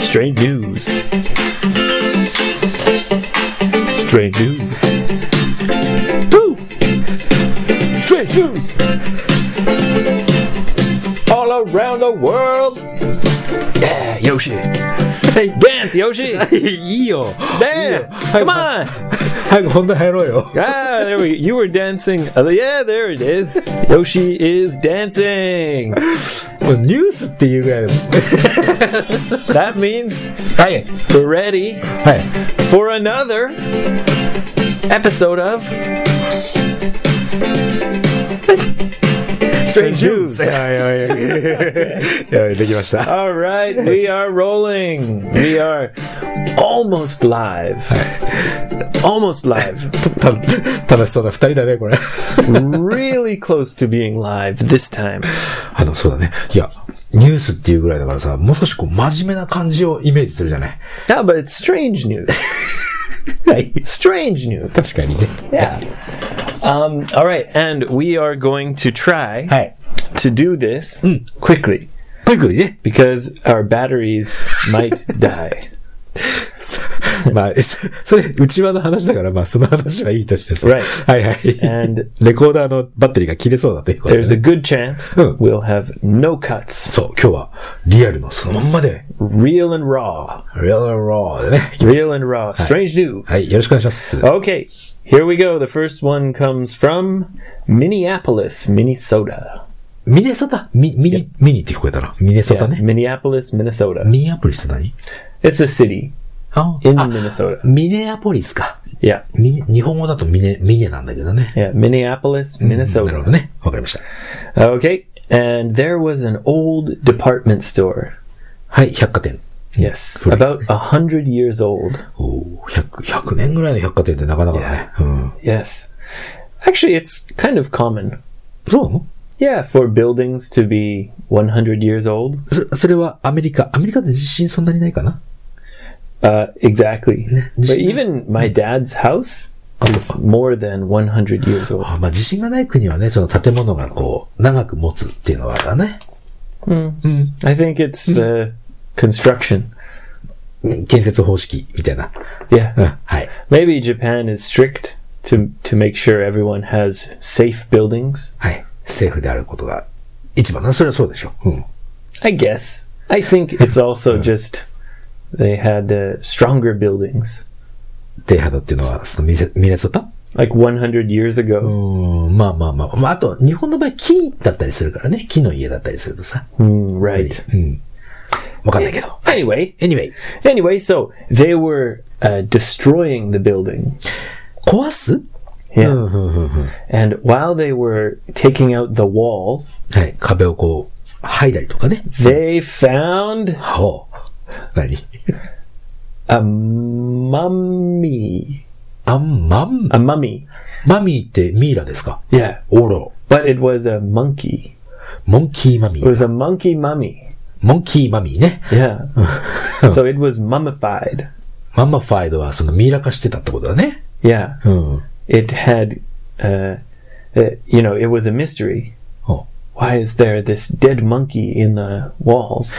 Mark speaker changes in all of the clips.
Speaker 1: Stray news. Stray news. Woo! Stray news. All around the world. Yeah, Yoshi. Hey, dance, Yoshi.
Speaker 2: いいよ
Speaker 1: Dance.
Speaker 2: Hey,
Speaker 1: Come
Speaker 2: man.
Speaker 1: on.
Speaker 2: 早 く本題入ろうよ。
Speaker 1: Ah, there we. You were dancing. Uh, yeah, there it is. Yoshi is dancing.
Speaker 2: もうニュースっていうぐらいでも。
Speaker 1: That means
Speaker 2: はい。
Speaker 1: we're ready
Speaker 2: は
Speaker 1: for another episode of
Speaker 2: い。
Speaker 1: Strange News.
Speaker 2: はいはい はい。やばい、できました。
Speaker 1: All right, we are rolling. We are almost live. Almost live.
Speaker 2: た、楽しそうな二人だね、これ。
Speaker 1: really close to being live this time.
Speaker 2: あ、でもそうだね。いや、ニュースっていうぐらいだからさ、もう少しこう、真面目な感じをイメージするじゃない。
Speaker 1: Yeah, Ah, but it's strange news.
Speaker 2: はい。
Speaker 1: Strange news.
Speaker 2: 確かにね。
Speaker 1: Yeah. Um, all right, and we are going to try
Speaker 2: はい。
Speaker 1: to do this quickly
Speaker 2: クイックでね。
Speaker 1: because our batteries might die.
Speaker 2: まあ、えそそれ、内輪の話だから、まあ、その話はいいとしてさ。
Speaker 1: Right.
Speaker 2: はいはい。
Speaker 1: And
Speaker 2: レコーダーのバッテリーが切れそうだということで
Speaker 1: there's a good chance
Speaker 2: Hmm.
Speaker 1: we'll have no cuts,
Speaker 2: そう、今日は、リアルのそのまんまで、
Speaker 1: real and raw.
Speaker 2: リアルローでね。
Speaker 1: Real and raw. Strange news.
Speaker 2: はい、よろしくお願いします。
Speaker 1: Okay, here we go. The first one comes from Minneapolis, Minnesota.
Speaker 2: ミネソタミ、ミニ、ミニって聞こえたな。ミネソタ
Speaker 1: Yeah,
Speaker 2: ね。
Speaker 1: Minneapolis, Minnesota.
Speaker 2: ミニアポリスって何
Speaker 1: It's a city
Speaker 2: あ
Speaker 1: in
Speaker 2: あ、
Speaker 1: Minnesota.
Speaker 2: ミネアポリスか。
Speaker 1: Yeah,
Speaker 2: ミネ、日本語だとミネ、ミネなんだけどね。
Speaker 1: yeah, Minneapolis,
Speaker 2: なる
Speaker 1: Minnesota.
Speaker 2: ほどね。わかりました。
Speaker 1: Okay, and there was an old department store.
Speaker 2: はい、百貨店。
Speaker 1: Yes,
Speaker 2: Correct.
Speaker 1: about a hundred years old.
Speaker 2: おー100、100年ぐらいの百貨店ってなかなかだね。うん。
Speaker 1: Yes, actually, it's kind of common.
Speaker 2: そうなの
Speaker 1: Yeah, for buildings to be 100 years old.
Speaker 2: そそれはアメリカ。アメリカって地震そんなにないかな
Speaker 1: Uh, exactly. But
Speaker 2: Yeah.
Speaker 1: even my dad's house
Speaker 2: Oh.
Speaker 1: is more than 100 years old.
Speaker 2: あまあ地震がない国はね、その建物がこう、長く持つっていうのはあるからね。
Speaker 1: I think it's the construction.
Speaker 2: うん建設方式みたいな。うん。
Speaker 1: Yeah.
Speaker 2: はい。
Speaker 1: Uh, Maybe Japan is strict to to make sure everyone has safe buildings.
Speaker 2: はい。政府であることが一番な。それはそうでしょ。うん。
Speaker 1: I guess. I think it's also just they had uh, stronger buildings
Speaker 2: 低波動っていうのは、そのミネミネソタ
Speaker 1: like 100 years
Speaker 2: う
Speaker 1: ago.
Speaker 2: ん。まあまあまあ。まああと、日本の場合、木だったりするからね。木の家だったりするとさ。
Speaker 1: Mm, right.
Speaker 2: うん。わかんないけど。
Speaker 1: Anyway,
Speaker 2: Anyway,
Speaker 1: anyway, so they were uh, destroying the building.
Speaker 2: 壊す
Speaker 1: Yeah.
Speaker 2: うんうんうんうん。
Speaker 1: And while they were taking out the walls,
Speaker 2: はい。壁をこう、剥いだりとかね。
Speaker 1: they found
Speaker 2: ほう。何
Speaker 1: a mummy.
Speaker 2: あん、まん、
Speaker 1: A mummy.
Speaker 2: マミーってミイラですか
Speaker 1: Yeah.
Speaker 2: おろ。
Speaker 1: But it was a monkey.
Speaker 2: モンキーマミ
Speaker 1: It
Speaker 2: ー。
Speaker 1: was a monkey mummy.
Speaker 2: モンキーマミーね。
Speaker 1: Yeah. so it was mummified.
Speaker 2: マンマファイドはそのミイラ化してたってことだね。
Speaker 1: Yeah.
Speaker 2: うん。
Speaker 1: It had, uh, uh, you know, it was a mystery.
Speaker 2: Oh.
Speaker 1: Why is there this dead monkey in the walls?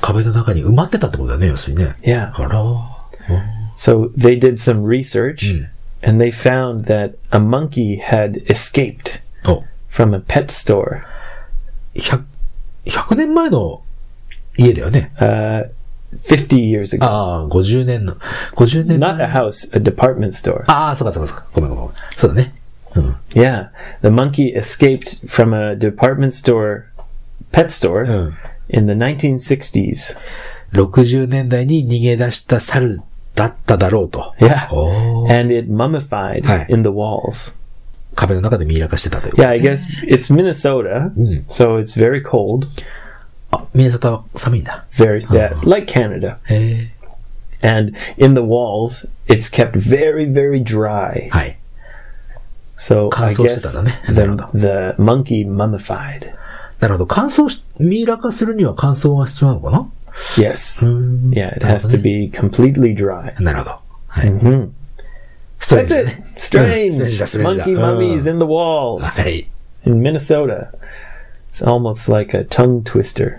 Speaker 2: 壁の中に埋まってたってことだね、要するにね。
Speaker 1: Yeah.
Speaker 2: あら。
Speaker 1: So they did some research
Speaker 2: Hmm.
Speaker 1: and they found that a monkey had escaped
Speaker 2: お、
Speaker 1: from a pet store.
Speaker 2: 100、100年前の家だよね。
Speaker 1: Uh, 50 years ago.
Speaker 2: ああ、50年の、50年
Speaker 1: Not a
Speaker 2: 前。
Speaker 1: house, a department store.
Speaker 2: ああ、そうかそうかそうか。ごめんごめんごめん。そうだね。うん。
Speaker 1: Yeah. The monkey escaped from a department store, pet store,
Speaker 2: Oh.
Speaker 1: in the 1960s.
Speaker 2: 60年代に逃げ出した猿だっただろうと。
Speaker 1: Yeah.
Speaker 2: おー
Speaker 1: And it mummified
Speaker 2: Oh. Hi.
Speaker 1: in the walls.
Speaker 2: 壁の中でミイラ化してたという。
Speaker 1: Yeah, I guess it's Minnesota,
Speaker 2: Hmm.
Speaker 1: so it's very cold,
Speaker 2: あ、ミネソタは寒いんだ。
Speaker 1: very sad,
Speaker 2: Oh.
Speaker 1: like Canada.
Speaker 2: へえ。
Speaker 1: And in the walls, it's kept very, very dry.
Speaker 2: はい。
Speaker 1: So I
Speaker 2: 乾燥して
Speaker 1: guess
Speaker 2: たんだね。
Speaker 1: the,
Speaker 2: なるほど。
Speaker 1: the monkey mummified.
Speaker 2: なるほど。乾燥し、ミイラ化するには乾燥が必要なのかな
Speaker 1: Yes.
Speaker 2: Hmm.
Speaker 1: Yeah, it has to be completely dry. Hmm.
Speaker 2: なるほど。はい。ストレー
Speaker 1: That's
Speaker 2: ジだ
Speaker 1: it. Strange.
Speaker 2: ね。 うんストレージだ、ストレージだ
Speaker 1: Monkey
Speaker 2: うん
Speaker 1: mummies in the walls
Speaker 2: はい。
Speaker 1: in Minnesota. It's almost like a tongue twister.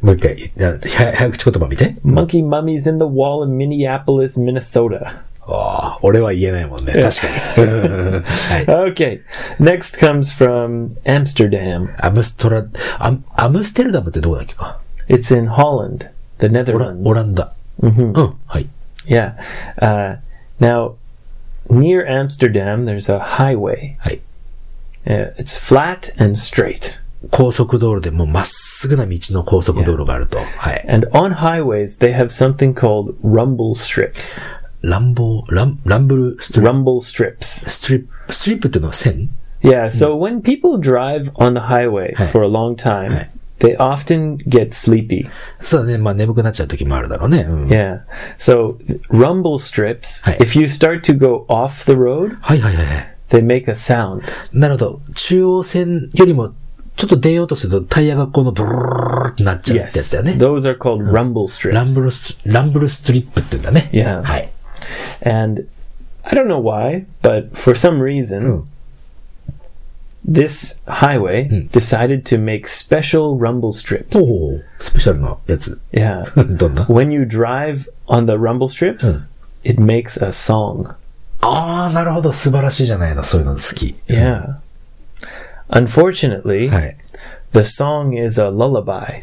Speaker 2: もう一回、いやは早口言葉見て。
Speaker 1: Monkey mummies in the wall in Minneapolis, Minnesota.
Speaker 2: ああ、俺は言えないもんね。確かに。はい。
Speaker 1: Okay, next comes from Amsterdam.
Speaker 2: アムストラ、アムアムステルダムってどこだっけか
Speaker 1: It's in Holland, the
Speaker 2: オラ
Speaker 1: Netherlands.
Speaker 2: オランダ。うん。はい。
Speaker 1: Yeah. Uh, now, near Amsterdam, there's a highway.
Speaker 2: はい。
Speaker 1: Uh, it's flat and straight.
Speaker 2: 高速道路でもうまっすぐな道の高速道路があると。はい。
Speaker 1: And on highways, they have something called rumble strips.
Speaker 2: ランボー、ラン、ランブルストリッ
Speaker 1: Rumble strips.
Speaker 2: プ、ストリップ、ストリップっていうのは線
Speaker 1: Yeah, so when people drive on the highway for a long
Speaker 2: Hey.
Speaker 1: time, they often get sleepy.
Speaker 2: そうだね。まあ眠くなっちゃう時もあるだろうね。うん。
Speaker 1: Yeah. So rumble strips,
Speaker 2: Hey.
Speaker 1: if you start to go off the road,
Speaker 2: はいはいはいはい。
Speaker 1: they make a sound.
Speaker 2: なるほど。中央線よりも、ちょっと出ようとするとタイヤがこのブルーってなっちゃうってや
Speaker 1: Yes.
Speaker 2: つだよね。
Speaker 1: Those are called rumble
Speaker 2: ラン
Speaker 1: strips.
Speaker 2: ブルス、ランブルストリップって言うんだね。
Speaker 1: Yeah.
Speaker 2: はい。
Speaker 1: And I don't know why, but for some reason, this highway decided to make special rumble strips.
Speaker 2: おおスペシャルなやつ。
Speaker 1: Yeah.
Speaker 2: どんな
Speaker 1: when you drive on the rumble strips, it makes a song.
Speaker 2: ああ、なるほど。素晴らしいじゃないの。そういうの好き。
Speaker 1: Yeah. Unfortunately,
Speaker 2: はい。
Speaker 1: the song is a lullaby.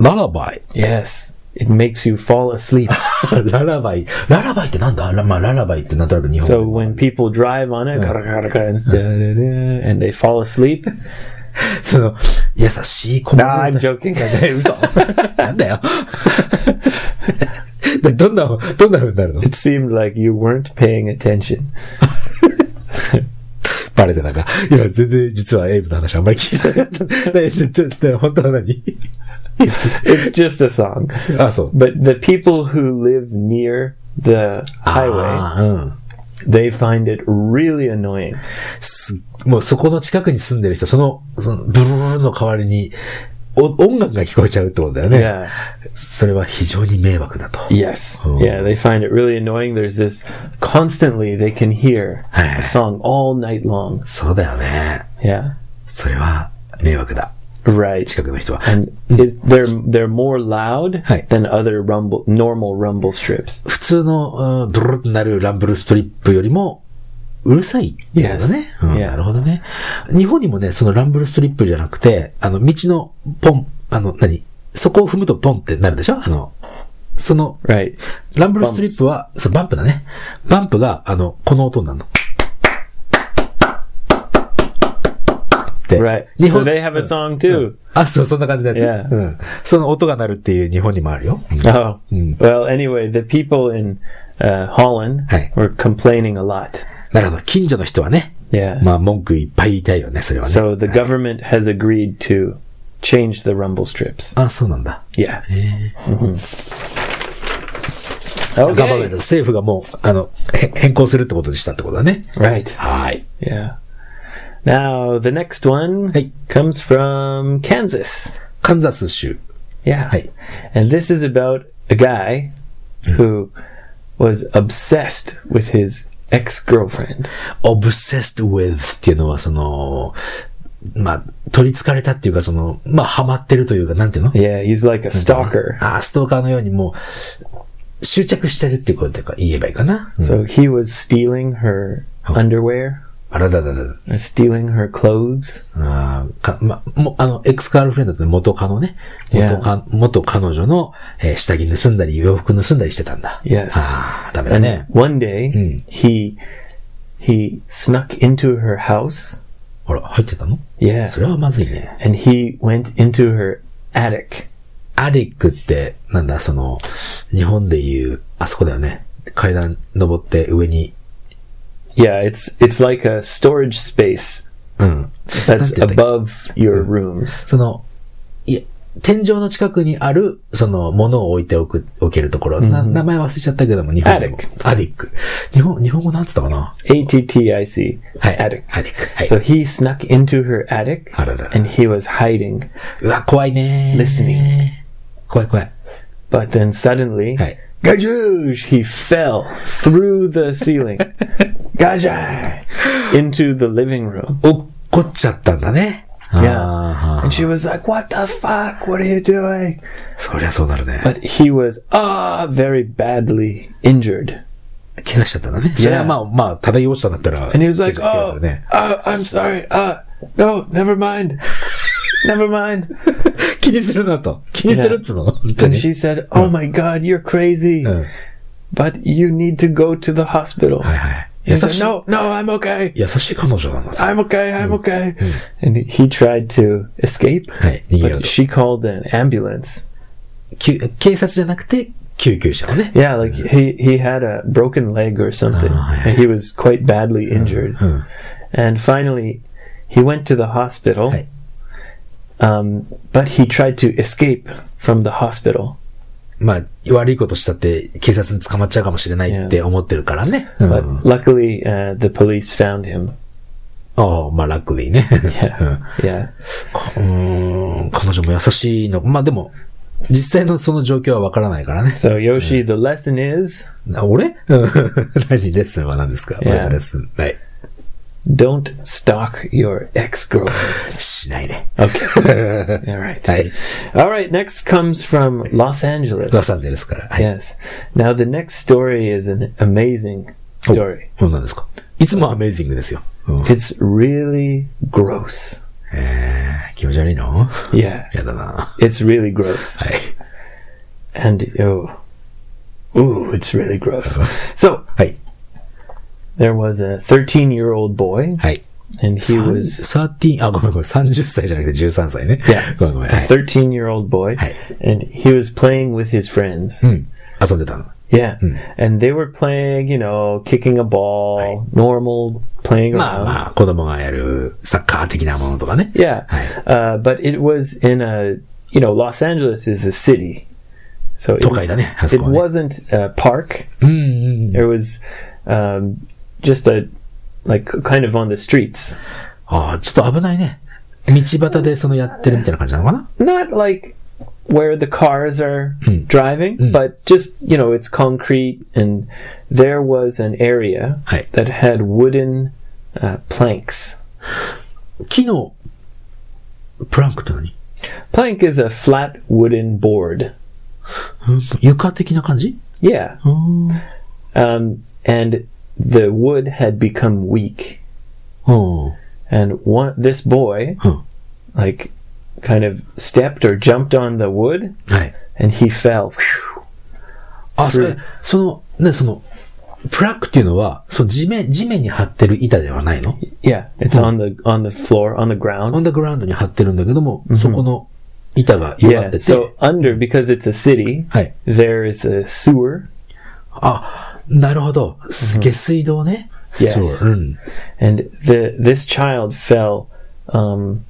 Speaker 2: ララバイ。
Speaker 1: Yes. It makes you fall asleep.
Speaker 2: ララバイ。ララバイってなんだラ,、まあ、ララバイってなんとなく日本
Speaker 1: so
Speaker 2: 語。
Speaker 1: when people drive on it, and they fall asleep.
Speaker 2: その、優しい子
Speaker 1: No, I'm joking.
Speaker 2: 嘘。なんだよ。 でどんな、どんな風になるの
Speaker 1: It seemed like you weren't paying attention.
Speaker 2: バレてなんか。今全然実はエイブの話あんまり聞いてなか ったねでで。で本当は何
Speaker 1: It's just a song.
Speaker 2: あ、そう。
Speaker 1: But the people who live near the highway,
Speaker 2: あーうん。
Speaker 1: they find it really annoying.
Speaker 2: すもうそこの近くに住んでる人、その、そのブルルルの代わりに、お音楽が聞こえちゃうってことだよね。
Speaker 1: Yeah.
Speaker 2: それは非常に迷惑だと。
Speaker 1: Yes.
Speaker 2: Oh.
Speaker 1: Yeah, they find it really annoying. There's this constantly they can hear
Speaker 2: Ah.
Speaker 1: a song all night long.
Speaker 2: そうだよね。
Speaker 1: Yeah.
Speaker 2: それは迷惑だ。
Speaker 1: Right.
Speaker 2: 近くの人は。
Speaker 1: And it, they're they're more loud
Speaker 2: Hi.
Speaker 1: than other rumble normal rumble strips.
Speaker 2: 普通の、うんブルルルとなるランブルストリップよりも、うるさいっていうのね。
Speaker 1: Yes.
Speaker 2: うん
Speaker 1: Yeah.
Speaker 2: なるほどね。日本にもね、そのランブルストリップじゃなくて、あの、道のポン、あの、何そこを踏むとポンってなるでしょあの、その、
Speaker 1: Right.
Speaker 2: ランブルストリップは、そう、バンプだね。バンプが、あの、この音になるの。って。
Speaker 1: Right.
Speaker 2: 日
Speaker 1: So
Speaker 2: 本、
Speaker 1: they have a song too.
Speaker 2: あ、そう、そんな感じのやつ。
Speaker 1: Yeah.
Speaker 2: うん。その音が鳴るっていう日本にもあるよ。
Speaker 1: Oh.
Speaker 2: Hmm.
Speaker 1: Well, anyway, the people in uh, Holland
Speaker 2: Hi.
Speaker 1: were complaining a lot.
Speaker 2: なるほど。近所の人はね。
Speaker 1: Yeah.
Speaker 2: まあ、文句いっぱい言いたいよね、それはね。
Speaker 1: So the government has agreed to change the rumble strips.
Speaker 2: あ、そうなんだ。
Speaker 1: Yeah.
Speaker 2: Mm-hmm. ガバメン
Speaker 1: Okay.
Speaker 2: ト、政府がもう、あの、へ変更するってことにしたってことだね。
Speaker 1: Right.
Speaker 2: はい。
Speaker 1: Yeah. Now the next one
Speaker 2: Hey.
Speaker 1: comes from Kansas.
Speaker 2: カンザス州。
Speaker 1: Yeah.
Speaker 2: Hey. Mm.
Speaker 1: And this is about a guy who was obsessed with his ex-girlfriend.
Speaker 2: obsessed with っていうのは、その、まあ、取り憑かれたっていうか、その、まあ、ハマってるというか、なんていうの
Speaker 1: Yeah, he's like a
Speaker 2: Mm-hmm.
Speaker 1: stalker.
Speaker 2: ああ、ストーカーのようにもう、執着してるっていうことか言えばいいかな。うん
Speaker 1: So he was stealing her
Speaker 2: Oh.
Speaker 1: underwear,
Speaker 2: あららららら。
Speaker 1: uh, stealing her clothes.
Speaker 2: あーかま、もあの、エクスカールフレンドって元カノね。元カ元彼女の、えー下着盗んだり、洋服盗んだりしてたんだ。
Speaker 1: Yes.
Speaker 2: ああ、ダメだ
Speaker 1: And Hmm.
Speaker 2: ね。
Speaker 1: one day he he snuck into her house.
Speaker 2: ほら、入ってたの
Speaker 1: Yeah.
Speaker 2: それはまずいね。
Speaker 1: And he went into her attic.
Speaker 2: アリックって、なんだ、その、日本でいう、あそこだよね。階段登って上に、
Speaker 1: Yeah, it's it's like a storage space
Speaker 2: うん。
Speaker 1: that's
Speaker 2: Did they-
Speaker 1: above your rooms.
Speaker 2: その、いえ、天井の近くにある、その、物を置いておく、置けるところ。な名前忘れちゃったけども、日本でも
Speaker 1: アリッ。
Speaker 2: アリック。日本、日本語なんつったかな
Speaker 1: A T T I C
Speaker 2: はい。
Speaker 1: attic.
Speaker 2: アリック。はい。
Speaker 1: So he snuck into her attic
Speaker 2: あららら
Speaker 1: and he was hiding.
Speaker 2: うわ、怖いねー。
Speaker 1: Listening
Speaker 2: 怖い怖い。
Speaker 1: But then suddenly
Speaker 2: はい。
Speaker 1: Gajoosh! He fell through the ceiling. Gajah! Into the living room.
Speaker 2: 落っこっちゃったんだね。 Ah.
Speaker 1: Yeah. And she was like, What the fuck? What are you doing?
Speaker 2: そりゃそうなるね。
Speaker 1: But he was, ah, very badly injured.
Speaker 2: 怪我しちゃったんだね。それはまあ、まあ、漂落ちたんだったら。
Speaker 1: And he was like,
Speaker 2: 怪我す
Speaker 1: Oh,
Speaker 2: るね
Speaker 1: uh, I'm sorry. Uh, no, never mind. never mind.
Speaker 2: 気にするなと。気にするっつうの本当
Speaker 1: And
Speaker 2: に。
Speaker 1: she said, Oh my god, you're crazy.
Speaker 2: うん。はい
Speaker 1: But you need to go to the hospital.
Speaker 2: はい。
Speaker 1: He
Speaker 2: 優し
Speaker 1: said,
Speaker 2: い。
Speaker 1: No, no, I'm okay.
Speaker 2: 優しい彼女なんですよ
Speaker 1: I'm okay. I'm okay. And he tried to escape.
Speaker 2: はい、逃げよ
Speaker 1: But
Speaker 2: うと。
Speaker 1: she called an ambulance.
Speaker 2: 救警察じゃなくて、救急車をね。
Speaker 1: Yeah, like he, he had a broken leg or something.
Speaker 2: Oh, yeah. Oh,
Speaker 1: and he was quite badly injured.
Speaker 2: うん。
Speaker 1: And finally, he went to the hospital.
Speaker 2: Hey.
Speaker 1: Um, but he tried to escape from the hospital.
Speaker 2: まあ、悪いことしたって、警察に捕まっちゃうかもしれないって思ってるからね。うん
Speaker 1: But luckily, uh, the police found him.
Speaker 2: ああ、まあ、ラックでいい ね。
Speaker 1: Yeah. yeah.
Speaker 2: うーん、彼女も優しいの。まあでも、実際のその状況はわからないからね。
Speaker 1: So, Yoshi, the lesson is
Speaker 2: あ俺うん 何レッスンは何ですか俺がレッスン。はい。
Speaker 1: don't stalk your ex girlfriend.
Speaker 2: しないね。
Speaker 1: okay. All right.
Speaker 2: はい。
Speaker 1: All right. Next comes from Los Angeles.
Speaker 2: ロサンゼルスから。はい。
Speaker 1: Yes. Now, the next story is an amazing
Speaker 2: Oh.
Speaker 1: story.
Speaker 2: そうなんですか。いつもアメイジングですよ。うん、
Speaker 1: It's really gross.
Speaker 2: えー、気持ち悪いの
Speaker 1: Yeah.
Speaker 2: やだな。
Speaker 1: It's really gross.
Speaker 2: はい。
Speaker 1: And, oh, ooh, it's really gross. So,
Speaker 2: はい。
Speaker 1: there was a 13 year old boy,
Speaker 2: はい。
Speaker 1: and he
Speaker 2: さん
Speaker 1: was
Speaker 2: 13、あ、ごめんごめん。30歳じゃなくて13歳ね。
Speaker 1: Yeah.
Speaker 2: ごめんごめん。はい。
Speaker 1: 13 year old boy,
Speaker 2: Hey. Hmm.
Speaker 1: and he was playing with his friends.
Speaker 2: うん。遊んでたの。
Speaker 1: Yeah.
Speaker 2: Hmm.
Speaker 1: And they were playing, you know, kicking a ball, normal playing
Speaker 2: まあ
Speaker 1: around.
Speaker 2: まあ、子供がやるサッカー的なものとかね。
Speaker 1: Yeah.
Speaker 2: Hey.
Speaker 1: Uh, but it was in a, you know, Los Angeles is a city. So
Speaker 2: 都会だ
Speaker 1: it,
Speaker 2: ね、あそ
Speaker 1: it
Speaker 2: こはね。
Speaker 1: wasn't a park.
Speaker 2: うんうんうん。
Speaker 1: It was um, just a, like, kind of on the streets.
Speaker 2: ああ、ちょっと危ないね。道端でそのやってるみたいな感じなのかな
Speaker 1: Not like where the cars are driving, but just, you know, it's concrete. And there was an area
Speaker 2: Hey.
Speaker 1: that had wooden uh, planks.
Speaker 2: 木の、プランクって何
Speaker 1: Plank is a flat wooden board.
Speaker 2: うん床的な感じ
Speaker 1: Yeah.
Speaker 2: うーん。うん。
Speaker 1: Um, and the wood had become weak. And one, this boy,
Speaker 2: Huh.
Speaker 1: like, kind of stepped or jumped on the wood
Speaker 2: はい。
Speaker 1: and he fell.
Speaker 2: あ、それ
Speaker 1: うん、
Speaker 2: その、ね、その、プランクっていうのは、その地面、地面に張ってる板ではないの
Speaker 1: Yeah, it's on the on the floor on the ground.
Speaker 2: アンダーグラウンドに張ってるんだけども、そこの板が弱っ
Speaker 1: Oh, yeah.
Speaker 2: てて、
Speaker 1: So under because it's a city,
Speaker 2: はい。
Speaker 1: there is a sewer,
Speaker 2: あ、なるほど。下水道ね。
Speaker 1: Yes.
Speaker 2: そう。うん。
Speaker 1: and the this child fell um,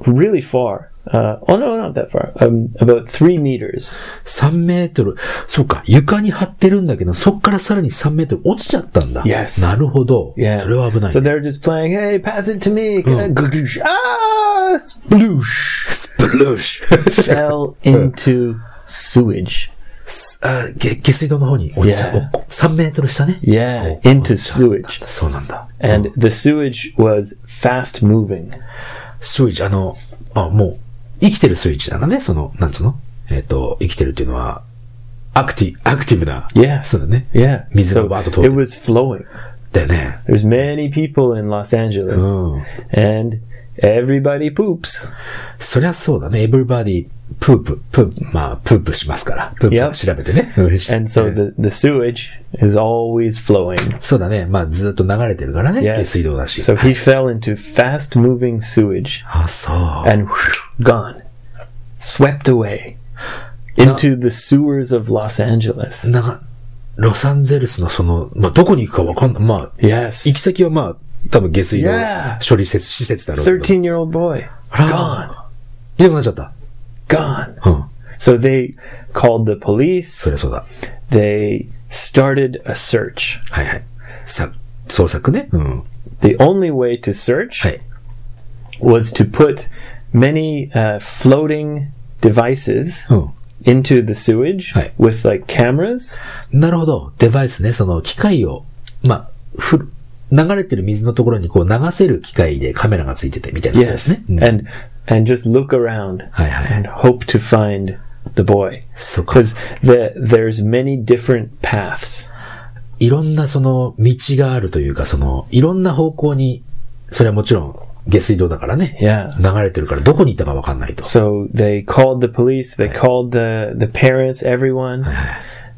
Speaker 1: really far. Uh, oh no, not that far. Um, about three meters.
Speaker 2: 3メートル。そうか、床に張ってるんだけど、そっからさらに3メートル落ちちゃったんだ。
Speaker 1: Yes.
Speaker 2: なるほど。
Speaker 1: Yeah.
Speaker 2: それは危ない
Speaker 1: So
Speaker 2: ね、
Speaker 1: they're Oh. just playing, hey, pass it to me. Can I- Gloosh. Ah, sploosh.
Speaker 2: スプルーシ ュ
Speaker 1: Fell into sewage.
Speaker 2: あ下下水道の方に落ちちゃう
Speaker 1: Yeah.。
Speaker 2: 3メートル下ね。
Speaker 1: Yeah,
Speaker 2: お
Speaker 1: into
Speaker 2: 落ちちゃった
Speaker 1: sewage.
Speaker 2: そうなんだ。
Speaker 1: And the sewage was fast moving.
Speaker 2: スイッチ、あの、あ、もう、生きてるスイッチなんだね、その、なんつうのえっ、と、生きてるっていうのは、アクティ、アクティブな。
Speaker 1: Yes.
Speaker 2: そうだね。
Speaker 1: Yeah.
Speaker 2: 水が
Speaker 1: So
Speaker 2: バーッと通っ
Speaker 1: it
Speaker 2: てる。
Speaker 1: was flowing.
Speaker 2: だよね。
Speaker 1: There's many people in Los
Speaker 2: う
Speaker 1: Angeles
Speaker 2: ん。
Speaker 1: and everybody poops.
Speaker 2: そりゃそうだね。everybody, プープ、プープ、まあ、プープしますから。プー
Speaker 1: Yep.
Speaker 2: プ調べてね。うんし
Speaker 1: And so the, the sewage is always flowing.
Speaker 2: そうだね。まあ、ずっと流れてるからね。下
Speaker 1: Yes.
Speaker 2: 水道だし。
Speaker 1: So he fell into fast moving sewage.
Speaker 2: あ、そう。
Speaker 1: and whew, gone, swept away into the sewers of Los Angeles.
Speaker 2: なんか、ロサンゼルスのその、まあ、どこに行くかわかんない。まあ、
Speaker 1: Yes,
Speaker 2: 行き先はまあ、多分下水道
Speaker 1: Yeah.
Speaker 2: 処理施設、施設だろうけど。
Speaker 1: thirteen-year-old boy,
Speaker 2: あら
Speaker 1: gone,
Speaker 2: いなくなっちゃった。
Speaker 1: gone.
Speaker 2: うん。
Speaker 1: So they called the police.
Speaker 2: そりゃそうだ。
Speaker 1: They started a search.
Speaker 2: はいはい。さ、捜索ね。うん。
Speaker 1: The only way to search
Speaker 2: はい。
Speaker 1: was to put many uh, floating devices
Speaker 2: うん。
Speaker 1: into the sewage
Speaker 2: Hey.
Speaker 1: with like cameras.
Speaker 2: なるほど。デバイスね。その機械を、まあ、ふ、流れてる水のところにこう流せる機械でカメラがついててみたいなやつ
Speaker 1: Yes.
Speaker 2: ですね。うん
Speaker 1: Mm-hmm. And and just look around
Speaker 2: はいはい。
Speaker 1: and hope to find the boy
Speaker 2: そうか。
Speaker 1: because the, there's many different paths.
Speaker 2: いろんなその道があるというか、その、いろんな方向に、それはもちろん下水道だからね。
Speaker 1: Yeah.
Speaker 2: 流れてるからどこに行ったかわかんないと。
Speaker 1: So they called the police, they called the, the parents, everyone.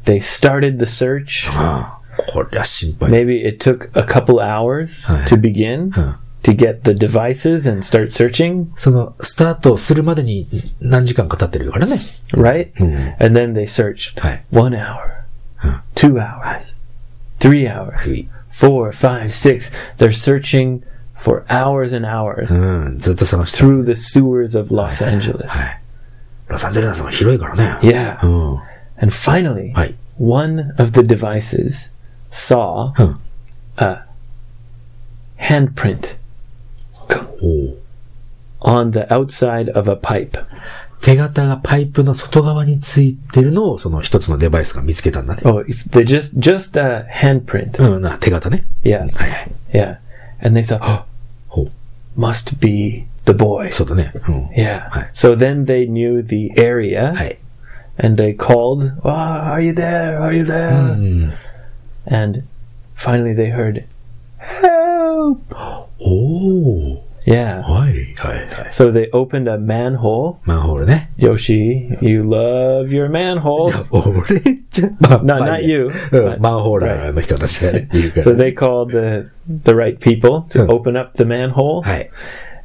Speaker 1: They started the search.
Speaker 2: ああこりゃ心配。
Speaker 1: Maybe it took a couple hours
Speaker 2: Right.
Speaker 1: to begin
Speaker 2: Huh.
Speaker 1: to get the devices and start searching,
Speaker 2: その、スタートするまでに何時間か経ってるからね。
Speaker 1: right?
Speaker 2: Mhm.
Speaker 1: And then they searched
Speaker 2: はい。
Speaker 1: one hour,
Speaker 2: Huh.
Speaker 1: two hours, three hours, 4 five, six. They're searching for hours and hours
Speaker 2: うん、ずっと探してる。
Speaker 1: through the sewers of Los Angeles.
Speaker 2: はい。ロサンゼルスも広いからね。
Speaker 1: Yeah.
Speaker 2: うん。は
Speaker 1: And finally,
Speaker 2: い。
Speaker 1: one of the devices saw
Speaker 2: Huh.
Speaker 1: a handprint
Speaker 2: おー
Speaker 1: on the outside of a pipe.
Speaker 2: 手形がパイプの外側についてるのを、その一つのデバイスが見つけたんだね。
Speaker 1: Oh, if they just just a handprint.
Speaker 2: うん、な手形ね。
Speaker 1: Yeah,
Speaker 2: はいはい。
Speaker 1: yeah. And they said, "Oh,
Speaker 2: ほう。
Speaker 1: must be the boy."
Speaker 2: そうだね。うん。
Speaker 1: Yeah.
Speaker 2: Hi.
Speaker 1: So then they knew the area
Speaker 2: はい。
Speaker 1: and they called, oh, "Are you there? Are you there?"
Speaker 2: うん。
Speaker 1: And finally they heard, "Help!"
Speaker 2: おー。
Speaker 1: Yeah.
Speaker 2: はい。はい。はい。
Speaker 1: So they opened a manhole.
Speaker 2: マンホールね。
Speaker 1: Yoshi, you love your manholes.
Speaker 2: 俺じゃ、まあ、
Speaker 1: No,
Speaker 2: まあ
Speaker 1: not
Speaker 2: いいや
Speaker 1: you.
Speaker 2: う
Speaker 1: but-
Speaker 2: ん、マンホーラーの人たちがね、いるか
Speaker 1: So
Speaker 2: らね。
Speaker 1: they called the the right people to
Speaker 2: Hmm.
Speaker 1: open up the manhole,
Speaker 2: はい。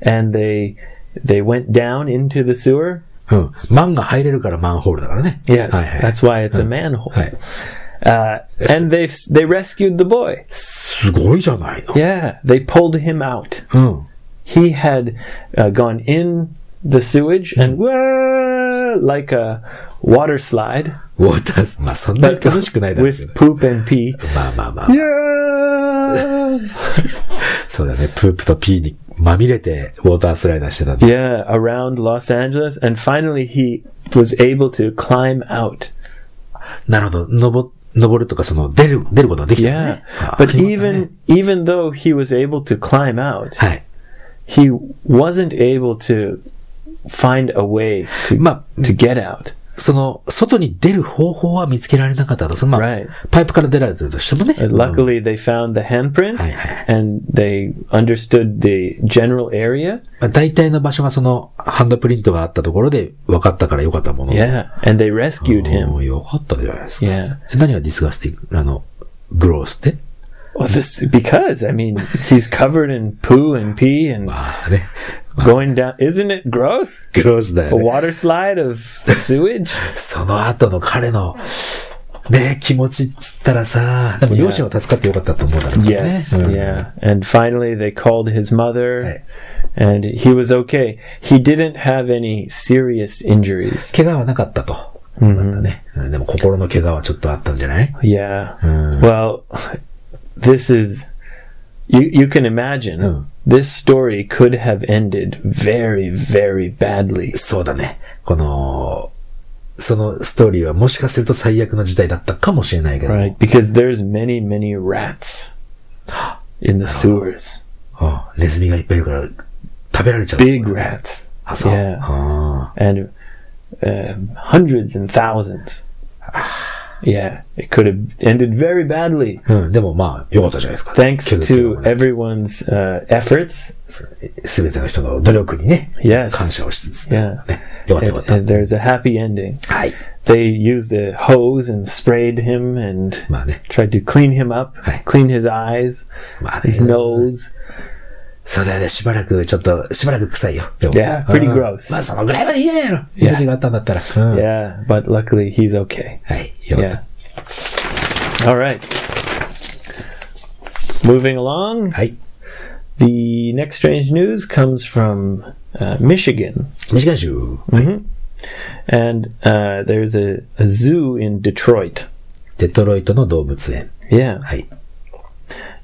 Speaker 1: and they they went down into the sewer.
Speaker 2: うん。マンが入れるからマンホールだからね。
Speaker 1: Yes,
Speaker 2: はいはい。
Speaker 1: that's why it's a manhole.
Speaker 2: はい。
Speaker 1: Uh, and they they rescued the boy.
Speaker 2: すごいじゃないの。
Speaker 1: Yeah, they pulled him out.
Speaker 2: うん。
Speaker 1: He had uh, gone in the sewage and wah, like a water slide
Speaker 2: ウォータース、まあそんなに楽しくないだろうけ
Speaker 1: with
Speaker 2: ど。
Speaker 1: poop and pee.
Speaker 2: まあまあまあ、そうだね。プープとピーにまみれてウォータースライダーしてたんだ。
Speaker 1: Yeah, around Los Angeles, and finally he was able to climb out.
Speaker 2: なるほど。登、登るとかその出る、出ることができたの
Speaker 1: Yeah,
Speaker 2: ね。あ
Speaker 1: but
Speaker 2: よかったね
Speaker 1: even even though he was able to climb out,
Speaker 2: はい。
Speaker 1: he wasn't able to find a way to
Speaker 2: まあ、
Speaker 1: to get out.
Speaker 2: その、外に出る方法は見つけられなかったと。そのまあ
Speaker 1: Right.
Speaker 2: パイプから出られてるとしてもね。
Speaker 1: And
Speaker 2: うん
Speaker 1: luckily, they found the handprint
Speaker 2: Mm. Aye, aye.
Speaker 1: and they understood the general area.
Speaker 2: まあ大体の場所がその、ハンドプリントがあったところで分かったからよかったものの。
Speaker 1: Yeah, and they rescued
Speaker 2: も
Speaker 1: him.
Speaker 2: うよかったじゃないですか。
Speaker 1: Yeah.
Speaker 2: え何がディスガスティングあの、グロースって
Speaker 1: Well, this because I mean he's covered in poo and pee and
Speaker 2: まあね。まあ
Speaker 1: going down. Isn't it gross?
Speaker 2: グロースだ
Speaker 1: A
Speaker 2: よね。
Speaker 1: water slide of sewage.
Speaker 2: その後の彼の、ね、気持ちっつったらさ、でも両親は助かってよかったと思うだろうからね。
Speaker 1: Yes,
Speaker 2: うん
Speaker 1: yeah. And finally, they called his
Speaker 2: Right.
Speaker 1: mother, and he was okay. He didn't have any serious injuries.
Speaker 2: 怪我はなかったと。
Speaker 1: ん
Speaker 2: なんだね。うんでも心の怪我はちょっとあったんじゃない
Speaker 1: Yeah.
Speaker 2: うん。
Speaker 1: Well, this is you. You can imagine
Speaker 2: Hmm.
Speaker 1: this story could have ended very, very badly.
Speaker 2: そうだね。この、そのストーリーはもしかすると最悪の事態だったかもしれないけど。
Speaker 1: Right, because there's many, many rats in the sewers.
Speaker 2: うんネズミがいっぱいいるから、食べられちゃう。
Speaker 1: Big rats.
Speaker 2: あ、そう。
Speaker 1: Yeah.
Speaker 2: あ
Speaker 1: and uh, hundreds and thousands. Yeah, it could have ended very badly
Speaker 2: ーうん、でもまあ、よかったじゃないですか。
Speaker 1: thanks
Speaker 2: けどけど
Speaker 1: to
Speaker 2: もね
Speaker 1: everyone's uh, efforts.
Speaker 2: すべての人の努力にね、感
Speaker 1: Yes,
Speaker 2: 謝をしつつ、ね
Speaker 1: Yeah.、
Speaker 2: よかったよ
Speaker 1: and,
Speaker 2: かった。
Speaker 1: and there's a happy ending.
Speaker 2: はい。
Speaker 1: They used a hose and sprayed him and
Speaker 2: まあね、
Speaker 1: tried to clean him up,
Speaker 2: Hi.
Speaker 1: clean his eyes,
Speaker 2: まあね
Speaker 1: his。nose.
Speaker 2: そうだよね、しばらく、ちょっと、しばらく臭いよ。でも
Speaker 1: Yeah, pretty
Speaker 2: うん
Speaker 1: gross.
Speaker 2: まあ、そのぐらいはいいやろ。
Speaker 1: Yeah.
Speaker 2: 用事があったんだったら。うん
Speaker 1: Yeah, but luckily he's okay.
Speaker 2: はい、よかっ
Speaker 1: Yeah. All right. Moving along.
Speaker 2: た。はい。
Speaker 1: The next strange news comes from uh, Michigan,
Speaker 2: ミシガン州。
Speaker 1: and uh, there's a, a zoo in Detroit.
Speaker 2: デトロイトの動物園。
Speaker 1: Yeah.
Speaker 2: はい。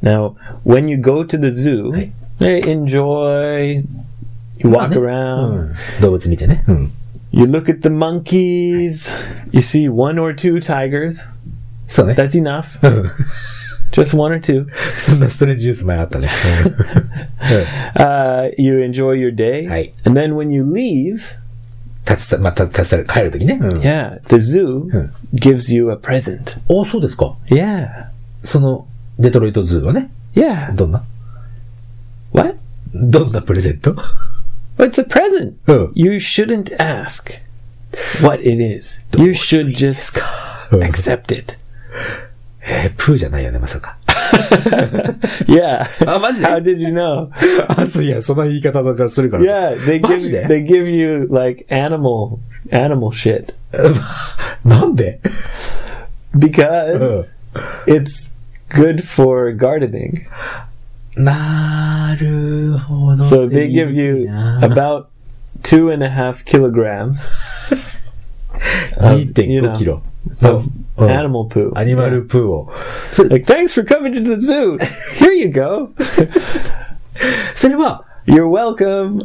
Speaker 1: Now, when you go to the zoo,
Speaker 2: Hey.
Speaker 1: eh, enjoy. You walk
Speaker 2: まあね。
Speaker 1: around.
Speaker 2: 動物見てね。うん。
Speaker 1: You look at the monkeys. You see one or two tigers.
Speaker 2: そうね。
Speaker 1: That's enough. just one or two.
Speaker 2: そんなストレンジニュース前あったね。
Speaker 1: Uh, you enjoy your day,
Speaker 2: Right.
Speaker 1: and then when you leave,
Speaker 2: 立つた、まあ、立つたら帰るときね。うん。
Speaker 1: yeah, the zoo gives you a present.
Speaker 2: おそうですか。
Speaker 1: Yeah,
Speaker 2: その、デトロイトズーはね、
Speaker 1: yeah.
Speaker 2: どんな
Speaker 1: What?
Speaker 2: どんなプレゼント
Speaker 1: It's a present.
Speaker 2: Oh.
Speaker 1: You shouldn't ask what it is. You should just accept it.
Speaker 2: えープーじゃないよね、まさか。
Speaker 1: Yeah.
Speaker 2: あ、マジ
Speaker 1: How did you know?
Speaker 2: あ、そういや、そんな言い方だからするからさ。
Speaker 1: Yeah, they
Speaker 2: マ
Speaker 1: give
Speaker 2: ジで
Speaker 1: they give you like animal animal shit
Speaker 2: なんで
Speaker 1: because it's good for gardening.
Speaker 2: なるほど。
Speaker 1: So they give you
Speaker 2: な
Speaker 1: about two and a half kilograms う
Speaker 2: 2.5
Speaker 1: know
Speaker 2: キロ。
Speaker 1: of
Speaker 2: うん
Speaker 1: Oh. animal poo.
Speaker 2: アニマルプーを。
Speaker 1: Like thanks for coming to the zoo. Here you go.
Speaker 2: それは、
Speaker 1: You're welcome.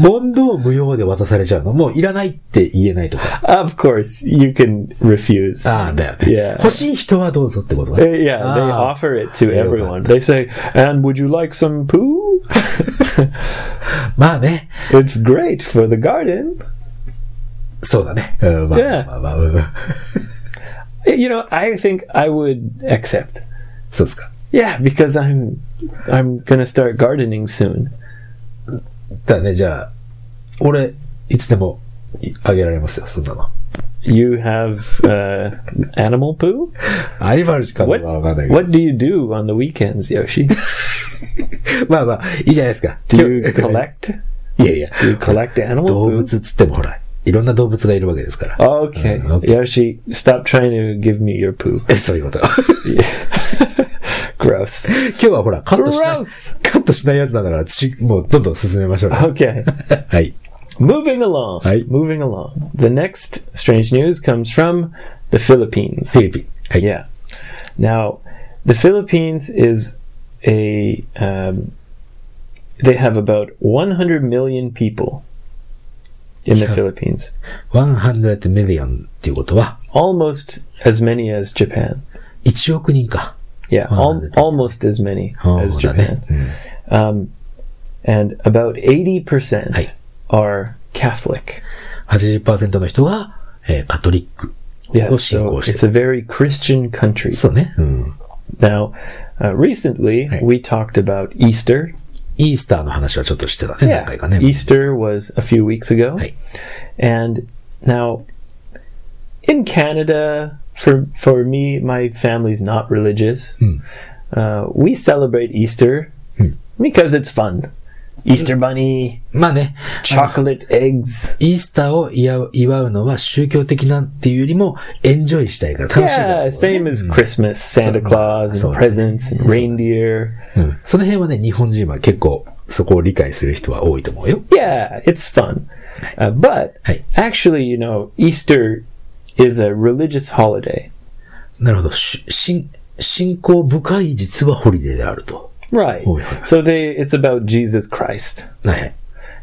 Speaker 2: 問答無用で渡されちゃうのもういらないって言えないとか。
Speaker 1: Of course, you can refuse.
Speaker 2: ああ、だよね。
Speaker 1: Yeah.
Speaker 2: 欲しい人はどうぞってこと
Speaker 1: Uh,
Speaker 2: ね。
Speaker 1: yeah, they
Speaker 2: Ah.
Speaker 1: offer it to
Speaker 2: Yeah,
Speaker 1: everyone. They say, "And would you like some poo?
Speaker 2: まあね。
Speaker 1: it's great for the garden."
Speaker 2: そうだね。うん、まあ
Speaker 1: Yeah.
Speaker 2: まあまあ、うん
Speaker 1: You know, I think I would accept.
Speaker 2: そうですか。
Speaker 1: Yeah, because I'm I'm gonna start gardening soon.
Speaker 2: だね、じゃあ、俺、いつでもいあげられますよ、そんなの。
Speaker 1: You have uh, animal poo.
Speaker 2: アニマルかどう
Speaker 1: What
Speaker 2: かわかんないけど。
Speaker 1: What do you do on the weekends, Yoshi?
Speaker 2: まあまあ、いいじゃないですか。
Speaker 1: Do you collect?
Speaker 2: いやいや、
Speaker 1: Do you collect animal
Speaker 2: 動
Speaker 1: poo?
Speaker 2: 物っつってもほら、いろんな動物がいるわけですから。
Speaker 1: Okay.
Speaker 2: Uh, okay.
Speaker 1: Yoshi, stop trying to give me your poo.
Speaker 2: え そういうこと。
Speaker 1: Gross.
Speaker 2: 今日はほら、カットしない
Speaker 1: Gross.、
Speaker 2: カットしないやつなんだから、ちもうどんどん進めましょうね。
Speaker 1: Okay.
Speaker 2: はい。
Speaker 1: Moving along.
Speaker 2: Right.
Speaker 1: Moving along. The next strange news comes from the Philippines.
Speaker 2: フィリピン。はい。
Speaker 1: Yeah. Now, the Philippines is a. Um, they have about 100 million people in the
Speaker 2: Yeah.
Speaker 1: Philippines,
Speaker 2: 100 million っていうことは、
Speaker 1: almost as many as Japan.
Speaker 2: 1億人か。
Speaker 1: Yeah, al-
Speaker 2: 100.
Speaker 1: almost as many
Speaker 2: うん
Speaker 1: as
Speaker 2: だね
Speaker 1: Japan.。Um, and about 80%
Speaker 2: Aye.
Speaker 1: are Catholic.
Speaker 2: 80%の人が、えーカトリック
Speaker 1: Yeah,
Speaker 2: を信
Speaker 1: so
Speaker 2: 仰して
Speaker 1: it's
Speaker 2: る。
Speaker 1: a very Christian country.
Speaker 2: そうね。うん。
Speaker 1: Now, uh, recently
Speaker 2: Right.
Speaker 1: we talked about Easter.
Speaker 2: イースターの話はちょっとしてたね、何回かね。
Speaker 1: Easter was a few weeks ago.
Speaker 2: Right.
Speaker 1: And now, in Canada, for for me, my family's not religious.
Speaker 2: Hmm.
Speaker 1: Uh, we celebrate Easter because it's fun. Easter bunny,
Speaker 2: まあね、
Speaker 1: chocolate eggs.
Speaker 2: イースターを祝う祝うのは宗教的なっていうよりも、エンジョイしたいから楽しいから
Speaker 1: Yeah, same
Speaker 2: Hmm.
Speaker 1: as Christmas, Santa
Speaker 2: So-
Speaker 1: Claus and
Speaker 2: so-
Speaker 1: presents and reindeer.
Speaker 2: うんその辺はね、日本人は結構そこを理解する人は多いと思うよ。
Speaker 1: Yeah, it's fun. Uh, but
Speaker 2: Hey.
Speaker 1: actually, you know, Easter is a religious holiday.
Speaker 2: なるほど。し信、信仰深い実はホリデーであると。
Speaker 1: Right.
Speaker 2: Oh, yeah.
Speaker 1: So they it's about Jesus Christ.
Speaker 2: はい。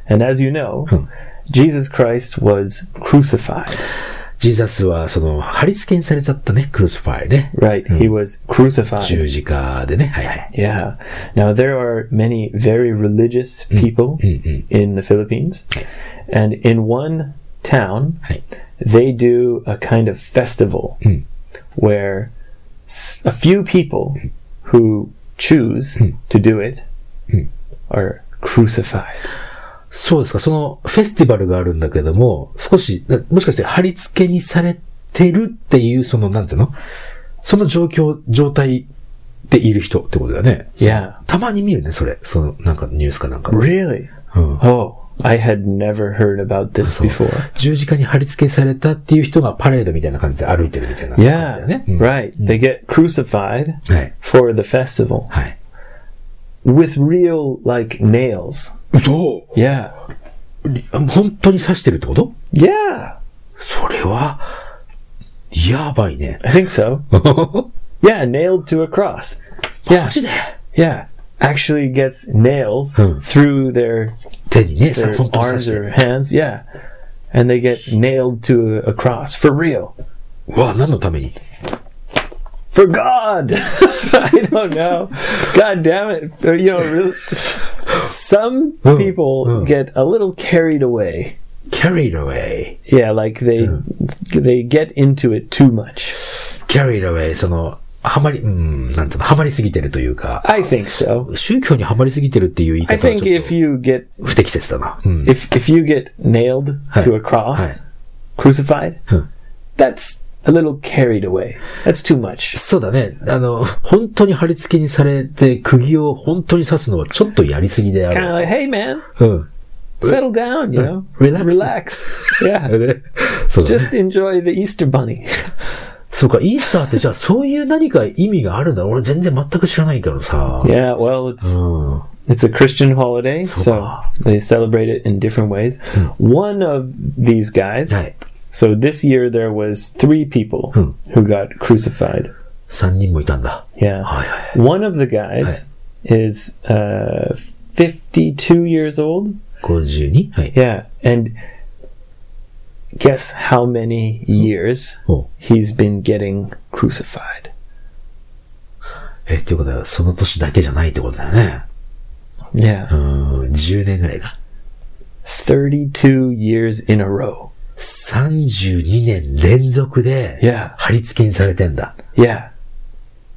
Speaker 1: And as you know,
Speaker 2: Hmm.
Speaker 1: Jesus Christ was crucified.
Speaker 2: ジーザスはその、貼り付けにされちゃったね、クルスファイね。
Speaker 1: Right. He
Speaker 2: Hmm.
Speaker 1: was crucified.
Speaker 2: 十字架でね、はいはい。
Speaker 1: Yeah. Now there are many very religious
Speaker 2: Hmm.
Speaker 1: people in the Philippines. And in one town,
Speaker 2: Hey.
Speaker 1: they do a kind of festival
Speaker 2: Mm.
Speaker 1: where s- a few people who choose to do it Hmm. are crucified.
Speaker 2: そうですか、そのフェスティバルがあるんだけども、少し、なもしかして貼り付けにされてるっていう、その、なんていうのその状況、状態でいる人ってことだよね。
Speaker 1: Yeah.
Speaker 2: たまに見るね、それ。その、なんかニュースかなんか。
Speaker 1: Really? Oh, I had never heard about this before.
Speaker 2: 十字架に貼り付けされたっていう人がパレードみたいな感じで歩いてるみたいな感じだ
Speaker 1: Yeah, Hmm.
Speaker 2: よね。
Speaker 1: right. They get crucified
Speaker 2: はい。
Speaker 1: for the festival
Speaker 2: はい。
Speaker 1: with real like nails.
Speaker 2: 嘘
Speaker 1: Yeah,
Speaker 2: 本当に刺してるってこと
Speaker 1: yeah.
Speaker 2: それは、やば いね。
Speaker 1: I think so. Yeah, nailed to a cross.
Speaker 2: マジで
Speaker 1: Yeah, actually gets nails
Speaker 2: Hmm.
Speaker 1: through their
Speaker 2: 手にね、さ
Speaker 1: their
Speaker 2: 本当に刺
Speaker 1: arms
Speaker 2: してる。
Speaker 1: or hands. Yeah, and they get nailed to a, a cross for real.
Speaker 2: うわ、何のために
Speaker 1: for God. I don't know. God damn it. You know, really, some
Speaker 2: Mm,
Speaker 1: people
Speaker 2: mm.
Speaker 1: get a little carried away.
Speaker 2: carried away.
Speaker 1: Yeah, like they they get into it too much.
Speaker 2: carried away, その、はまり、うん、なんつうの、はまりすぎてるというか、
Speaker 1: I think so.
Speaker 2: 宗教にはまりすぎてるっていう言い
Speaker 1: I
Speaker 2: 方は
Speaker 1: think
Speaker 2: ちょっ
Speaker 1: if
Speaker 2: と
Speaker 1: you get
Speaker 2: 不適切だな。うん。
Speaker 1: if if you get nailed
Speaker 2: Hi.
Speaker 1: to a cross, crucified,
Speaker 2: Hmm.
Speaker 1: that's a little carried away. That's too much.
Speaker 2: そうだね。あの、本当に貼り付けにされて、釘を本当に刺すのはちょっとやりすぎであ
Speaker 1: Kind of
Speaker 2: る。
Speaker 1: like, hey man,
Speaker 2: うん。
Speaker 1: settle down, you know,
Speaker 2: Relax.
Speaker 1: relax. yeah,
Speaker 2: そうだね
Speaker 1: just enjoy the Easter bunny.
Speaker 2: そうか、イースターってじゃあそういう何か意味があるんだ。俺全然全く知らないけどさ。
Speaker 1: yeah, well, it's
Speaker 2: うん。
Speaker 1: it's a Christian holiday, so
Speaker 2: Sopa.
Speaker 1: they celebrate it in different ways. One of these guys.
Speaker 2: はい。
Speaker 1: So this year there was three people
Speaker 2: Hmm.
Speaker 1: who got crucified.
Speaker 2: 3人もいたんだ。
Speaker 1: Yeah.
Speaker 2: はいはい。
Speaker 1: One of the guys is uh, 52 years old.
Speaker 2: 52? はい。
Speaker 1: Yeah. And guess how many years
Speaker 2: おう
Speaker 1: he's been getting crucified?
Speaker 2: え、っていうことは、その年だけじゃないってことだよね。う
Speaker 1: Yeah.
Speaker 2: ーん、10年ぐらいか。
Speaker 1: 32 years in a row.
Speaker 2: 32年連続で、
Speaker 1: Yeah.
Speaker 2: 貼り付けにされてんだ。
Speaker 1: Yeah.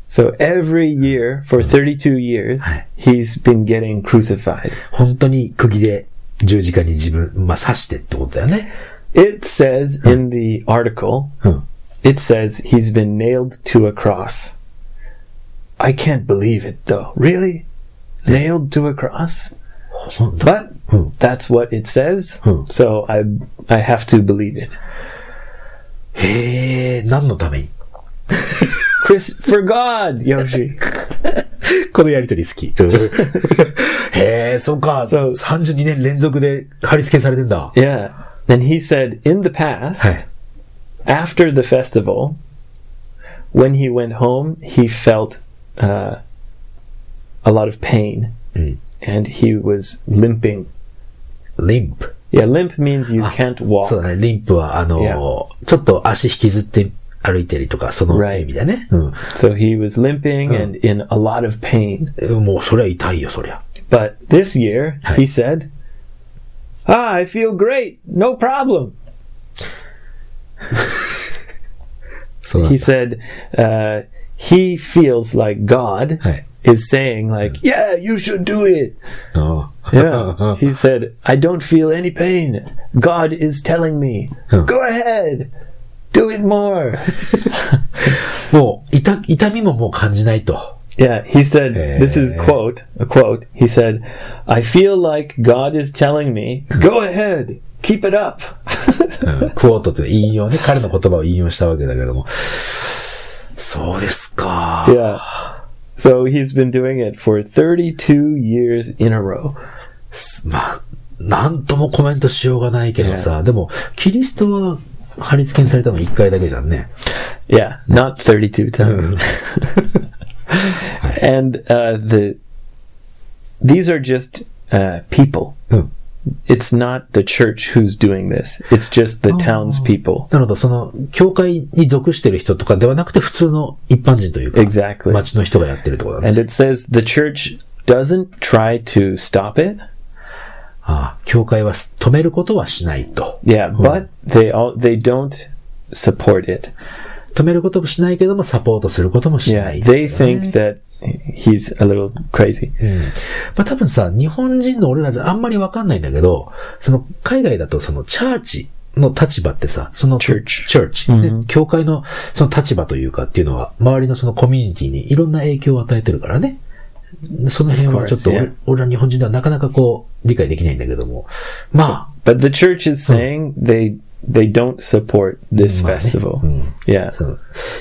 Speaker 1: So every year for 32 years,
Speaker 2: Hi.
Speaker 1: he's been getting crucified.
Speaker 2: 本当に釘で十字架に自分、まあ刺してってことだよね。
Speaker 1: It says in the article,
Speaker 2: Hmm.
Speaker 1: it says he's been nailed to a cross. I can't believe it though. Really? Nailed to a cross?
Speaker 2: 本当
Speaker 1: But
Speaker 2: Hmm.
Speaker 1: that's what it says,
Speaker 2: Hmm.
Speaker 1: so I I have to believe it.
Speaker 2: へえ、何のために
Speaker 1: Chris for God, Yoshi.
Speaker 2: このやりとり好き。へえ、そうか。
Speaker 1: そう
Speaker 2: 32年連続で貼り付けされてんだ。
Speaker 1: yeah. And he said in the past,
Speaker 2: Hi.
Speaker 1: after the festival, when he went home, he felt uh, a lot of pain,
Speaker 2: Mm.
Speaker 1: and he was limping.
Speaker 2: リンプ。
Speaker 1: Yeah, limp means you can't
Speaker 2: そう
Speaker 1: walk.
Speaker 2: だね、リンプは、あの、ちょっと足引きずって歩いてるとか、その
Speaker 1: Right.
Speaker 2: 意味だね。うん
Speaker 1: So he was limping
Speaker 2: Mm.
Speaker 1: and in a lot of pain.
Speaker 2: え。もう、そりゃ痛いよ、そりゃ。
Speaker 1: But this year,
Speaker 2: Hi.
Speaker 1: he said, Ah, I feel great. No problem.
Speaker 2: そうなん
Speaker 1: He
Speaker 2: だ
Speaker 1: said, uh, he feels like God
Speaker 2: はい。
Speaker 1: is saying, like, yeah, you should do it.
Speaker 2: うん Uh-huh.
Speaker 1: Yeah. he said, I don't feel any pain. God is telling me,
Speaker 2: Mm.
Speaker 1: go ahead. Do it more.
Speaker 2: もう、痛、痛みももう感じないと。
Speaker 1: Yeah, he said, this is
Speaker 2: Eh.
Speaker 1: quote, a quote. He said, I feel like God is telling me, go ahead, keep it up.
Speaker 2: クォートって引用ね、彼の言葉を引用したわけだけども。そうですか。
Speaker 1: yeah. So he's been doing it for 32 years in a row.
Speaker 2: まあ、なんともコメントしようがないけどさ、でも、キリストは貼り付けにされたの一回だけじゃんね。
Speaker 1: Yeah, not 32 times. and uh, the these are just uh, people.
Speaker 2: Hmm.
Speaker 1: It's not the church who's doing this. It's just the townspeople.
Speaker 2: なので、その、教会に属してる人とかではなくて、普通の一般人というか、
Speaker 1: Exactly.
Speaker 2: 町の人がやってるってことだね。
Speaker 1: And it says the church doesn't try to stop it.
Speaker 2: ああ教会は止めることはしないと。
Speaker 1: Yeah, but they all they don't support it.
Speaker 2: 止めることもしないけども、サポートすることもし
Speaker 1: Yeah,
Speaker 2: ない。
Speaker 1: they think that he's a little crazy.
Speaker 2: まあ多分さ、日本人の俺らじゃあんまりわかんないんだけど、その海外だとそのチャーチの立場ってさ、その
Speaker 1: Church
Speaker 2: チャーチ、ね教会のその立場というかっていうのは、周りのそのコミュニティにいろんな影響を与えてるからね。その辺
Speaker 1: Of
Speaker 2: は
Speaker 1: course,
Speaker 2: ちょっと俺
Speaker 1: yeah.
Speaker 2: 俺ら日本人ではなかなかこう、理解できないんだけども。ま
Speaker 1: But the church is saying they they don't support this festival. Yeah.
Speaker 2: あ、その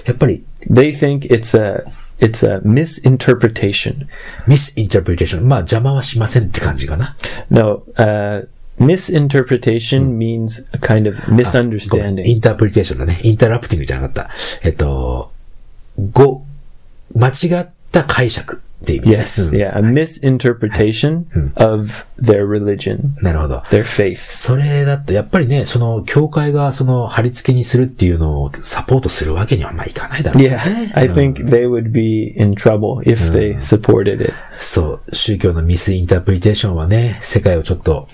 Speaker 2: やっぱり、
Speaker 1: They think it's a it's a misinterpretation.
Speaker 2: ミスインタープリテーション。まあ邪魔はしませんって感じかな。
Speaker 1: No, uh misinterpretation means a kind of
Speaker 2: ごめん
Speaker 1: misunderstanding.
Speaker 2: インタープリテーションだね。インタラプティングじゃなかった。えっと、ご、間違った解釈。って意味で
Speaker 1: Yes,
Speaker 2: す。
Speaker 1: yeah, a misinterpretation of their religion,
Speaker 2: なるほど。
Speaker 1: their faith.
Speaker 2: それだって、やっぱりね、その、教会がその、貼り付けにするっていうのをサポートするわけにはまあいかないだろうね。
Speaker 1: Yeah, I
Speaker 2: うん
Speaker 1: think they would be in trouble if they supported it.
Speaker 2: そう、宗教のミスインタープリテーションはね、世界をちょっと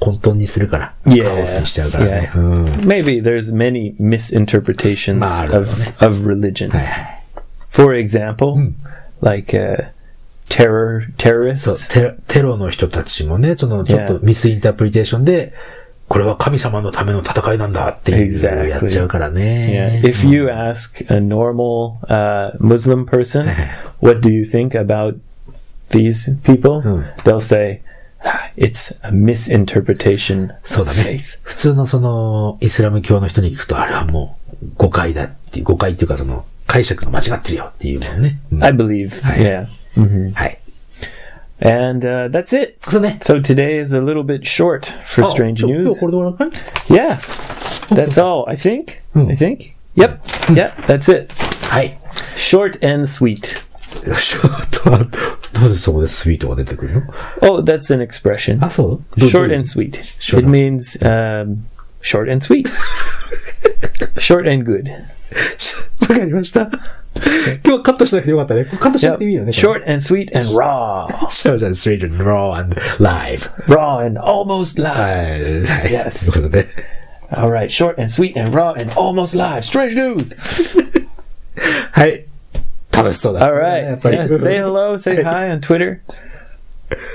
Speaker 2: 混沌にするから、
Speaker 1: Yeah.
Speaker 2: カオスにしちゃうからね。
Speaker 1: Yeah.
Speaker 2: うん。はい
Speaker 1: Maybe there's many misinterpretations
Speaker 2: Ah, I don't know.
Speaker 1: of of religion.
Speaker 2: はい。
Speaker 1: For example, like uh, terror
Speaker 2: そう
Speaker 1: terrorists.
Speaker 2: テロ、テロの人たちもね、その、ちょっと
Speaker 1: Yeah.
Speaker 2: ミスインタープリテーションで、これは神様のための戦いなんだっていう
Speaker 1: Exactly.
Speaker 2: やっちゃうから
Speaker 1: Yeah.
Speaker 2: ね。
Speaker 1: If you ask a normal uh, Muslim person, what do you think about these people?
Speaker 2: Hmm.
Speaker 1: They'll say, "Ah, it's a misinterpretation
Speaker 2: そう
Speaker 1: of
Speaker 2: だね
Speaker 1: faith.。
Speaker 2: 普通のその、イスラム教の人に聞くと、あれはもう、誤解だっていう、誤解っていうかその、解釈が間違ってるよっていうもんね。うんは
Speaker 1: I believe. Ah,
Speaker 2: Aye.
Speaker 1: Yeah. hmm
Speaker 2: い。
Speaker 1: And uh, that's it.
Speaker 2: そうね。
Speaker 1: So today is a little bit short for
Speaker 2: あ
Speaker 1: strange
Speaker 2: 今日今
Speaker 1: news.
Speaker 2: 日これで終わらない
Speaker 1: Yeah. That's all, I think. I think. Yep. Yep. That's it.
Speaker 2: はい。
Speaker 1: Short and sweet.
Speaker 2: よいしょあとはどうでそこでスイートが出てくるの
Speaker 1: Oh, that's an expression.
Speaker 2: あ、そう
Speaker 1: Short and
Speaker 2: ス
Speaker 1: sweet. it
Speaker 2: Short and-
Speaker 1: means um, short and sweet. short and good.
Speaker 2: イ ート。わかりました。今日はカットしなくてよかったね。カットしなくていいよね。
Speaker 1: Short and sweet and raw.
Speaker 2: ショート s スイート and raw and live.
Speaker 1: raw and almost
Speaker 2: は
Speaker 1: live.
Speaker 2: い。はい。
Speaker 1: Yes.
Speaker 2: ということで。
Speaker 1: All right. Short and sweet and raw and almost live. Strange news.
Speaker 2: はい。楽しそうだ。
Speaker 1: All
Speaker 2: やっ
Speaker 1: right.
Speaker 2: ぱり。
Speaker 1: Yeah, say hello. Say hi on Twitter.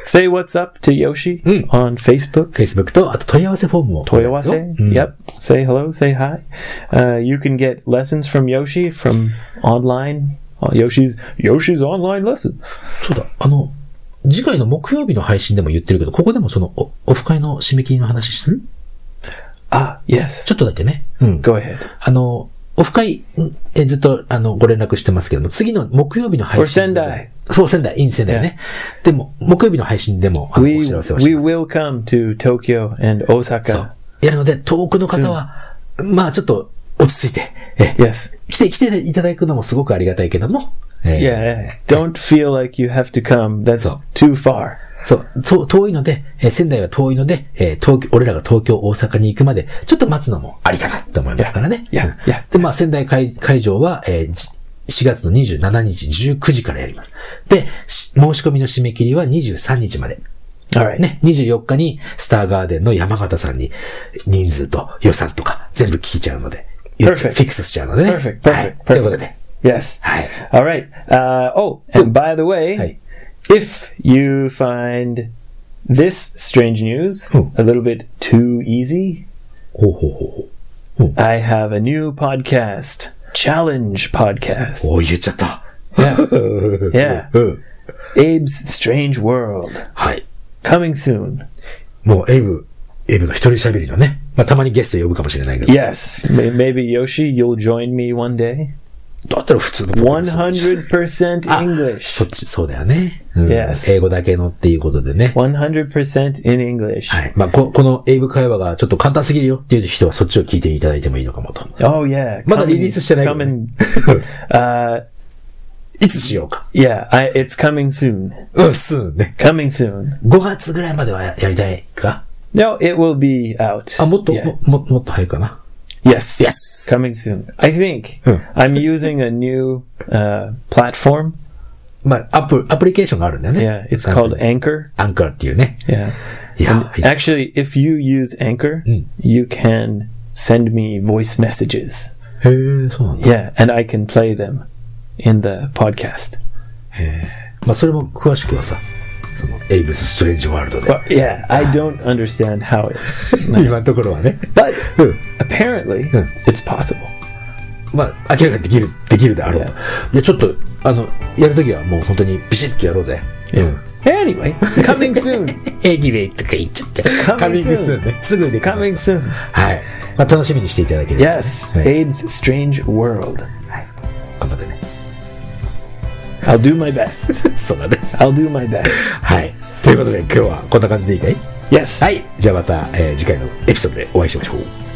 Speaker 1: Say what's up to Yoshi on Facebook.
Speaker 2: Facebook と、あと問い合わせフォームを。
Speaker 1: Toyawase.
Speaker 2: うん
Speaker 1: Yep. Say hello. Say hi. Uh, you can get lessons from Yoshi from online. uh, Yoshi's Yoshi's online lessons.
Speaker 2: そうだ、あの、次回の木曜日の配信でも言ってるけど、ここでもその、おオフ会の締め切りの話する
Speaker 1: Ah, yes.
Speaker 2: ちょっとだけね。うん。
Speaker 1: Go ahead.
Speaker 2: あの、オフ会、うんえずっと、あの、ご連絡してますけども、次の木曜日の配
Speaker 1: For
Speaker 2: 信でも。
Speaker 1: Sendai.
Speaker 2: そう、仙台、イン仙台ね。でも、木曜日の配信でも、あの、お
Speaker 1: We
Speaker 2: 知らせはし
Speaker 1: we
Speaker 2: ます。
Speaker 1: will come to Tokyo and
Speaker 2: そう
Speaker 1: Osaka.。
Speaker 2: やるので、遠くの方は、まあ、ちょっと、落ち着いて、え、
Speaker 1: Yes.
Speaker 2: 来て、来ていただくのもすごくありがたいけども、えー
Speaker 1: Yeah, yeah. Don't feel like you have to come. That's
Speaker 2: So.
Speaker 1: too far.
Speaker 2: そう、と遠いので、えー仙台は遠いので、えー東京、俺らが東京、大阪に行くまで、ちょっと待つのもありかなと思いますからね。
Speaker 1: いや
Speaker 2: うん
Speaker 1: いや
Speaker 2: で、まあ、仙台会会場は、えーじ4月の27日19時からやります。で、し申し込みの締め切りは23日まで。
Speaker 1: All right.
Speaker 2: ね、24日にスターガーデンの山形さんに人数と予算とか全部聞いちゃうので、言っちゃ
Speaker 1: Perfect.
Speaker 2: フィックスしちゃうのでね。
Speaker 1: Perfect, perfect,
Speaker 2: はい
Speaker 1: perfect.
Speaker 2: ということで。
Speaker 1: Yes.
Speaker 2: はい。
Speaker 1: All right. Uh, oh, and by the way,
Speaker 2: Hey.
Speaker 1: if you find this strange news
Speaker 2: Hmm.
Speaker 1: a little bit too easy,
Speaker 2: ほうほうほうほう。
Speaker 1: I have a new podcast, Challenge Podcast.
Speaker 2: おー言っちゃった。
Speaker 1: Yeah.
Speaker 2: い
Speaker 1: Yeah.
Speaker 2: うん。
Speaker 1: Abe's Strange World,
Speaker 2: はい。
Speaker 1: coming soon.
Speaker 2: もうエイブ、エイブの一人喋りのね。まあ、たまにゲスト呼ぶかもしれないけど。
Speaker 1: Yes. May- Maybe Yoshi, you'll join me one day.
Speaker 2: だったら普通のポッドキャストにして
Speaker 1: 100%
Speaker 2: あ
Speaker 1: English.
Speaker 2: そっち、そうだよね。うん
Speaker 1: Yes.
Speaker 2: 英語だけのっていうことでね。
Speaker 1: 100% in English.
Speaker 2: はい。まあ、こ、このエイブ会話がちょっと簡単すぎるよっていう人はそっちを聞いていただいてもいいのかもと。
Speaker 1: Oh yeah.
Speaker 2: But
Speaker 1: come
Speaker 2: the
Speaker 1: and-
Speaker 2: release is still
Speaker 1: Come and uh,
Speaker 2: いつしようか。
Speaker 1: yeah, I, it's coming soon.
Speaker 2: うん、すんね。
Speaker 1: Coming soon.
Speaker 2: 5月ぐらいまではややりたいか
Speaker 1: No, it will be out.
Speaker 2: あ、もっと、
Speaker 1: Yeah.
Speaker 2: も、ももっと早いかな。
Speaker 1: Yes.
Speaker 2: Yes.
Speaker 1: Coming soon. I think
Speaker 2: Hmm.
Speaker 1: I'm using a new uh, platform.
Speaker 2: まあ、アプ、アプリケーションがあるんだよね。
Speaker 1: Yeah, it's called Anchor.
Speaker 2: アンカーっていうね。
Speaker 1: Yeah.
Speaker 2: いや、
Speaker 1: And
Speaker 2: はい
Speaker 1: actually, if you use Anchor,
Speaker 2: Mm.
Speaker 1: you can send me voice messages.
Speaker 2: へえ、そうなんだ。
Speaker 1: Yeah, and I can play them in the podcast.
Speaker 2: まあ、それも詳しくはさ、その、エイブス・ストレンジ・ワールドで。
Speaker 1: But yeah, I don't understand how it,
Speaker 2: 今のところはね。
Speaker 1: but
Speaker 2: うん。
Speaker 1: apparently
Speaker 2: Hmm.
Speaker 1: it's possible.
Speaker 2: まあ、明らかにできる、できるであろうと。
Speaker 1: い
Speaker 2: いや、ちょっと、あの、やるときはもう本当にビシッとやろうぜ。うん。
Speaker 1: Anyway, coming soon.
Speaker 2: エディベイとか言っちゃって。
Speaker 1: Coming
Speaker 2: カミングスーンね。すぐできます。
Speaker 1: coming soon.
Speaker 2: はい。まあ、楽しみにしていただければ。
Speaker 1: Yes, Abe's Strange World.
Speaker 2: 頑張ってね。
Speaker 1: I'll do my best.
Speaker 2: そうだね。
Speaker 1: I'll do my best.
Speaker 2: はい。ということで、今日はこんな感じでいいかい
Speaker 1: Yes.
Speaker 2: はい。じゃあまた、えー次回のエピソードでお会いしましょう。